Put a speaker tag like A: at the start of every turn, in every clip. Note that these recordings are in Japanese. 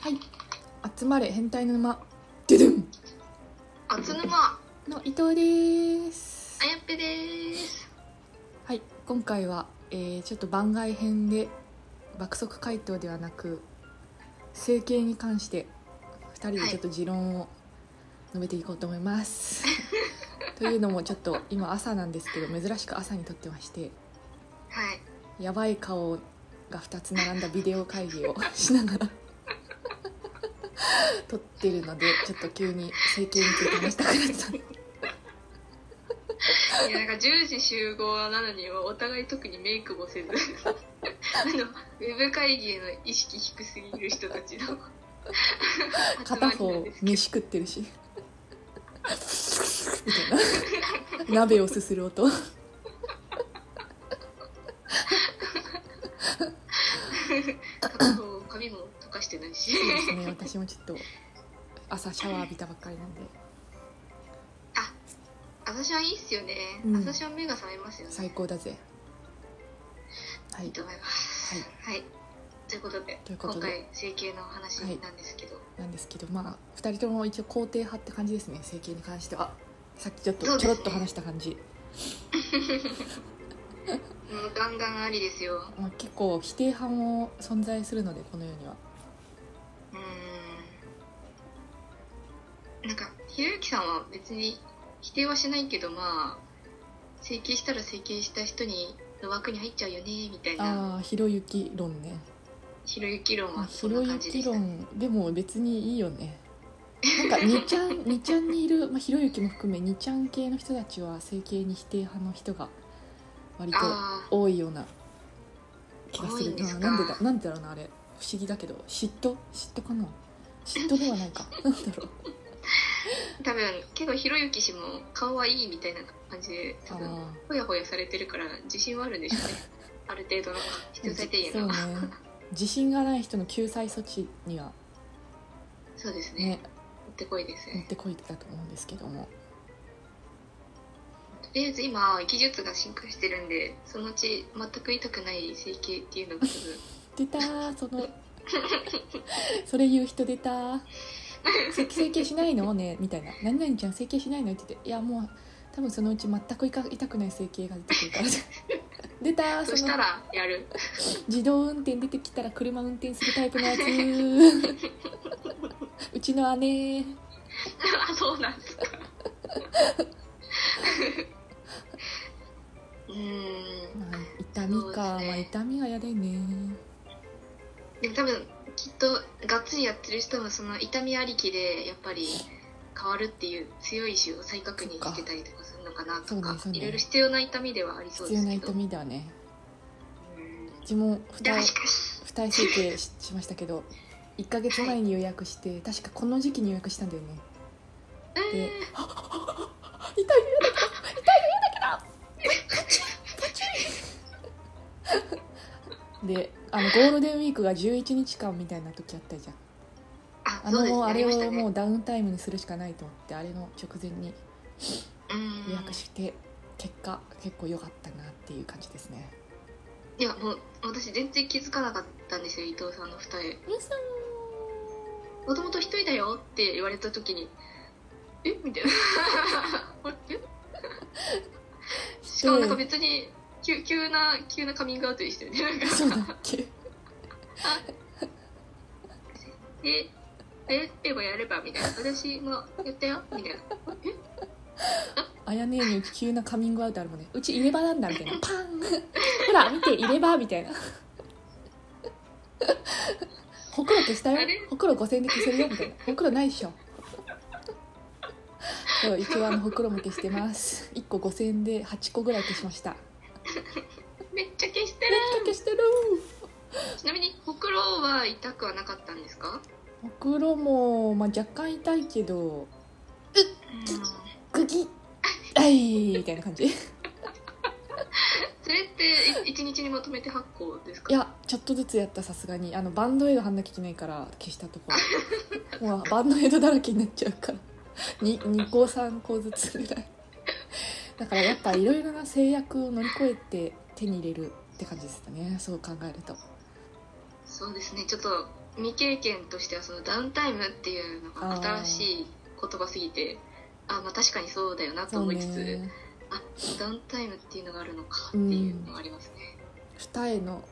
A: はい集まれ変態の沼ドゥドゥン
B: あつぬま
A: の伊藤です
B: あやっぺです
A: はい今回は、えーちょっと番外編で爆速回答ではなく整形に関して2人でちょっと持論を述べていこうと思います、というのもちょっと今朝なんですけど珍しく朝に撮ってまして
B: はい
A: やばい顔が2つ並んだビデオ会議をしながら撮ってるのでちょっと急に整形について話したくなった
B: いやなんか10時集合なのにお互い特にメイクもせずあのウェブ会議への意識低すぎる人たちの集ま
A: 片
B: りな
A: 方
B: んですけど
A: 飯食ってる しみたいな鍋をすする音
B: 片方髪も溶かしてないし
A: そうですね私もちょっと朝シャワー浴びたばっかりなんで
B: 私はいいっすよね、
A: うん
B: 私は目が覚めますよね
A: 最高だぜはいい
B: いと思います、
A: はい
B: ということで
A: ということで
B: 今回整形の話なんですけど、
A: なんですけどまあ2人とも一応肯定派って感じですね整形に関してはさっきちょっ
B: そ
A: と
B: うで
A: ち
B: す
A: ょろ
B: ね
A: っと話した感じ、
B: もうガンガンありですよ
A: まあ、結構否定派も存在するのでこの世には
B: うーんなんかひろゆきさんは別に否定はしないけどまあ整形したら整形した人にの枠に入っちゃうよねみたい
A: あ
B: な
A: あひろゆき論ね
B: ひろゆき論
A: まあ
B: はそ
A: ひ
B: んな
A: ろ
B: 感
A: ゆ
B: じで
A: き
B: した
A: 論でも別にいいよねなんか2ちゃん二ちゃんにいる、まあ、ひろゆきも含め2ちゃん系の人たちは整形に否定派の人が割と
B: あ
A: 多いような気がす
B: 多い
A: る
B: んです
A: な
B: か
A: なんでだなんでだろうなあれ不思議だけど嫉妬嫉妬かな嫉妬ではない かなんだろう
B: あ多分結構ひろゆき氏も顔はいいみたいな感じで多分
A: あ
B: ほやほやされてるから自信はあるんでしょ うねある程度の必要最低限
A: そう
B: の
A: ね
B: そう,、
A: 自信がない人の救済措置には
B: ですね
A: ね
B: 持ってこいです
A: 持っ
B: ね
A: てこいだと思うんですけども
B: とりあえず今技術が進化してるんでそのうち全く痛くない整形っていうのが多分
A: 出たーその それ言う人出たー整整形しないのねみたいな「何々ちゃん整形しないの?」って言って「いやもう多分そのうち全くいか痛くない整形が出てくるから」 出たー
B: そ
A: そ
B: し
A: の
B: たらやる
A: 自動運転出てきたら車運転するタイプの やつうちの姉
B: あそうなんですかうーん
A: まあ痛みか、
B: そうですね
A: まあ、痛みが嫌だよね
B: でも多分きっとがっつりやってる人もその痛みありきでやっぱり変わるっていう強い意志を再確認してたりとかするのかなとか
A: そうかそうねそうね
B: いろいろ必要な痛みではありそう
A: 必要
B: です
A: な
B: けど
A: 痛みだね
B: うん
A: うちも二
B: でも
A: 重
B: しかし
A: 二重整形ししましたけど1ヶ月前に予約して確かこの時期に予約したんだよね
B: う
A: で
B: ん
A: 痛いの嫌だけど痛いの嫌だけどパチンパチンであのゴールデンウィークが11日間みたいな時あったじゃん
B: あ
A: あ
B: そうです
A: の
B: ね
A: あ
B: あ
A: れ
B: りました
A: を
B: ね
A: もうダウンタイムにするしかないと思ってあれの直前に
B: うん
A: 予約して結果結構良かったなっていう感じですね
B: いやもう私全然気づかなかったんですよ伊藤さんの二重もともと一人だよって言われた時にえ みたいなえしかもなんか別に急急な急なカミングアウトでしたよねなんか
A: そうだっけ
B: えええばやればみたいな私もやったよみたいな
A: あやねえにうち急なカミングアウトあるもんねうち入れ歯なんだみたいなパンほら見て入れ歯みたいなほくろ消したよ
B: あれ
A: ほくろ5000円で消せるよみたいなほくろないっしょそう一応あのほくろも消してます1個5000円で8個ぐらい消しました
B: めっちゃ消して
A: め
B: る
A: っちゃ消してる
B: ちなみにほくろは痛くはなかったんですか
A: ほくろも、まあ、若干痛いけど
B: うん
A: グ ギッはいみたいな感じい
B: それってい一日にまとめて発行ですか
A: やちょっとずつやったさすがにあのバンドエイド貼んなきゃいけないから消した ところもうバンドエイドだらけになっちゃうから 2, 2個3個ずつぐらいだからやっぱいろいろな制約を乗り越えて手に入れるって感じですかねそう考えると
B: そうですねちょっと未経験としてはそのダウンタイムっていうのが新しい言葉すぎてあまあ確かにそうだよなと
A: そう
B: 思いつつ、
A: ね
B: あダウンタイムっていうのがあるのかっていうのがありますね、
A: 二重の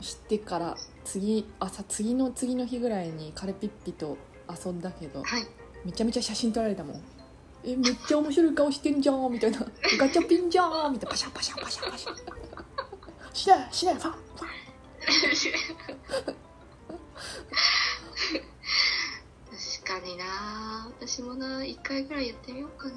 A: 知ってから次朝次の次の日ぐらいにカレピッピと遊んだけど
B: はい
A: めちゃめちゃ写真撮られたもんえめっちゃ面白い顔してんじゃんみたいなガチャピンじゃんみたいなパシャパシャパシャパシャしないしないファンファン
B: 確かにな私もな1回ぐらいやってみようかな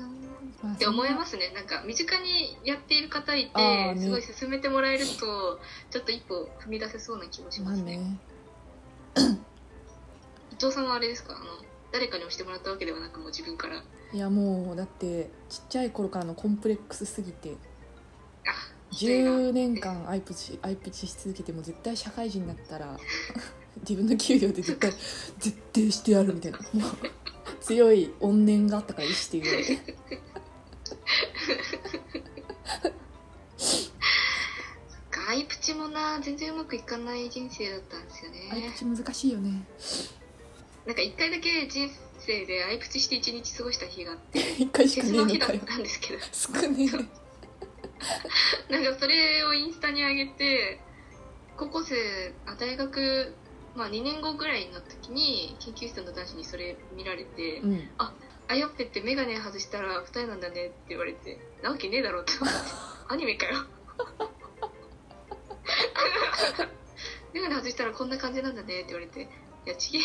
A: まあ
B: って思いますねなんか身近にやっている方い
A: あー
B: て
A: ね
B: すごい勧めてもらえるとちょっと一歩踏み出せそうな気もし
A: ま
B: ま
A: あ
B: すね,、
A: ね
B: 伊藤さんはあれですかあの誰かに押してもらったわけではなくもう自分からあ
A: いやもうだってちっちゃい頃からのコンプレックスすぎて
B: 失礼な
A: 10年間アイプチアイプチし続けても絶対社会人になったら 自分の給料で絶対絶対してやるみたいな もう強い怨念があったから意志というより
B: ガイプチもな全然うまくいかない人生だったんですよ
A: アイ
B: ね
A: プチ難しいよね
B: なんか1回だけ人生でアイプチして1日過ごした日があって
A: 一回しか
B: 鉄
A: ねえ
B: の
A: の
B: 日だ
A: か
B: っ
A: よ
B: たんですけど
A: 少ね
B: なんかそれをインスタに上げて高校生あ大学、まあ、2年後ぐらいの時に研究室の男子にそれ見られて
A: え
B: 「
A: うん
B: あやっぺって眼鏡外したら二重なんだね」って言われて「なわけねえだろ」って 思ってアニメかよ 眼鏡外したらこんな感じなんだねって言われて「いやちげえ」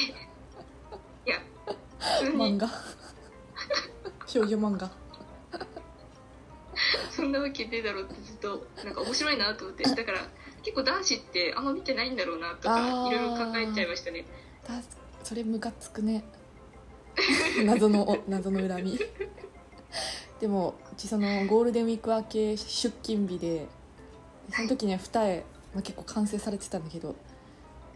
B: いや普通
A: 漫
B: に
A: 画少女漫画
B: そんなわけねえだろってずっとなんか面白いなと思ってだから結構男子ってあんま見てないんだろうなと
A: あー
B: かいろいろ考えちゃいましたね
A: たそれムカつくね謎のお謎の恨みでもうちそのゴールデンウィーク明け出勤日でその時ね二重、まあ、結構完成されてたんだけど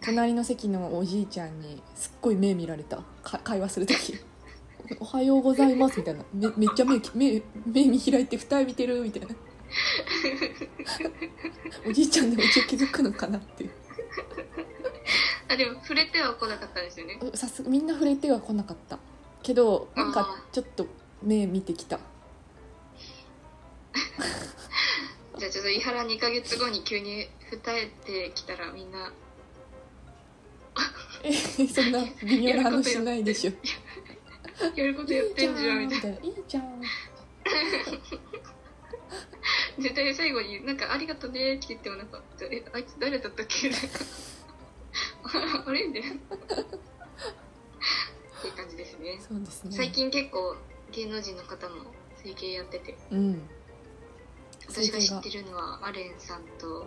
A: 隣の席のおじいちゃんにすっごい目見られたか会話する時 「おはようございます」みたいなめめっちゃ目き目目見開いて二重見てるみたいなおじいちゃんでも一応気づくのかなっていう
B: あでも触れては来なかったんですよね
A: うさすみんな触れては来なかったけどなん
B: あ
A: かちょっと目見てきた
B: じゃあちょっと伊原2ヶ月後に急に二重ってきたらみんな
A: えそんな微妙な話しないでしょ
B: やることやってんじゃんみたいな
A: な「いいじゃん」
B: 絶対最後になんかありがとねって言っても なんかえあいつ誰だったっけなんかあれみたいなっていう感じですね
A: そうですね
B: 最近結構芸能人の方も整形やってて
A: うん
B: 私が知ってるのはアレンさんと、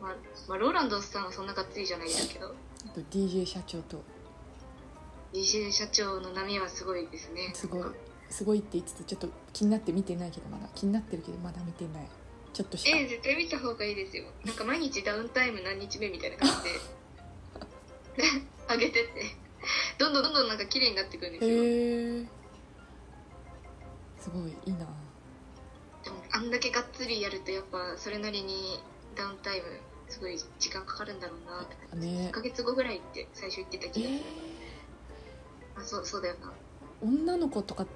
B: まあまあ、ローランドさんはそんながっつりじゃないですけど
A: あと DJ 社長と
B: DJ 社長の波はすごいですね
A: すごいすごいって言いつつちょっと気になって見てないけどまだ気になってるけどまだ見てないちょっとしか
B: ええ絶対見た方がいいですよなんか毎日ダウンタイム何日目みたいな感じで 上げてってどんどんどんどんなんか綺麗になってくるんですよ、
A: へえすごいいいな
B: でもあんだけがっつりやるとやっぱそれなりにダウンタイムすごい時間かかるんだろうなって1
A: ね
B: ヶ月後ぐらいって最初言ってた
A: え
B: 気がする、あそうそうだよな
A: 女の子とか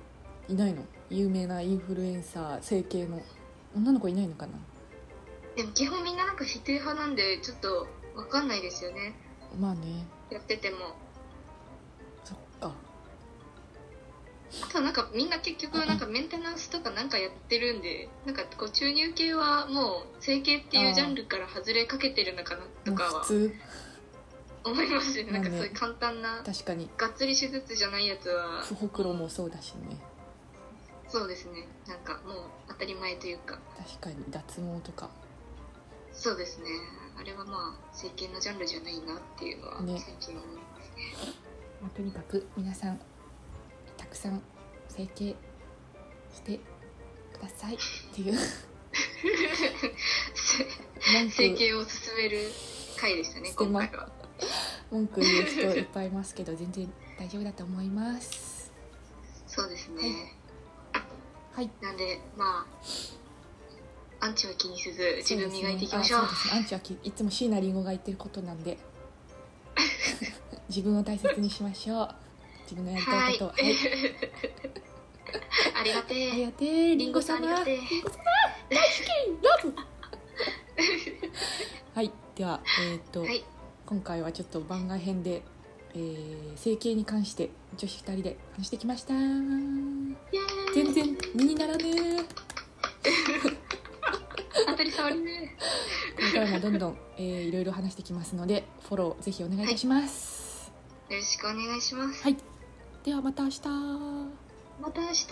A: いないの有名なインフルエンサー整形の女の子いないのかな
B: でも基本みんななんか否定派なんでちょっとわかんないですよね
A: まあね
B: やってても
A: そっか
B: あとはなんかみんな結局なんかメンテナンスとかなんかやってるんでなんかこう注入系はもう整形っていうジャンルから外れかけてるのかなと
A: もう
B: かは
A: 普通
B: 思いますね
A: まあ
B: なん
A: ね
B: かそういう簡単な
A: 確かに
B: がっつり手術じゃないやつは
A: 不ほくろもそうだしね
B: そうですねなんかもう当たり前というか
A: 確かに脱毛とか
B: そうですねあれはまあ整形のジャンルじゃないなっていうのは
A: ね
B: 最近思いますね
A: まあとにかく皆さんたくさん整形してくださいっていう 文
B: 整
A: 句
B: 形を進める回でしたね
A: して
B: 今
A: ま
B: 回は
A: 文句言う人いっぱいいますけど全然大丈夫だと思います
B: そうですね、
A: はい
B: なんでまあアンチは気にせず自
A: そうで
B: 分
A: すね
B: 磨いていきましょう
A: あそうですねアンチはきいつも椎名林檎が言ってることなんで自分を大切にしましょう自分のやりた
B: はいい
A: ことをはい、
B: ありがて
A: あり
B: え
A: がてー
B: り
A: りん
B: ん
A: ご
B: ごさ
A: 様
B: んありがてえ
A: ラブはいではえっ、と、
B: はい
A: 今回はちょっと番外編で、えー、整形に関して女子2人で話してきました全
B: イエーイ
A: 然身にならねー
B: 当たり障りね
A: 今回もどんどん、えー、いろいろ話してきますのでフォローぜひお願いいたします、
B: よろしくお願いします
A: ではまた明日
B: また明日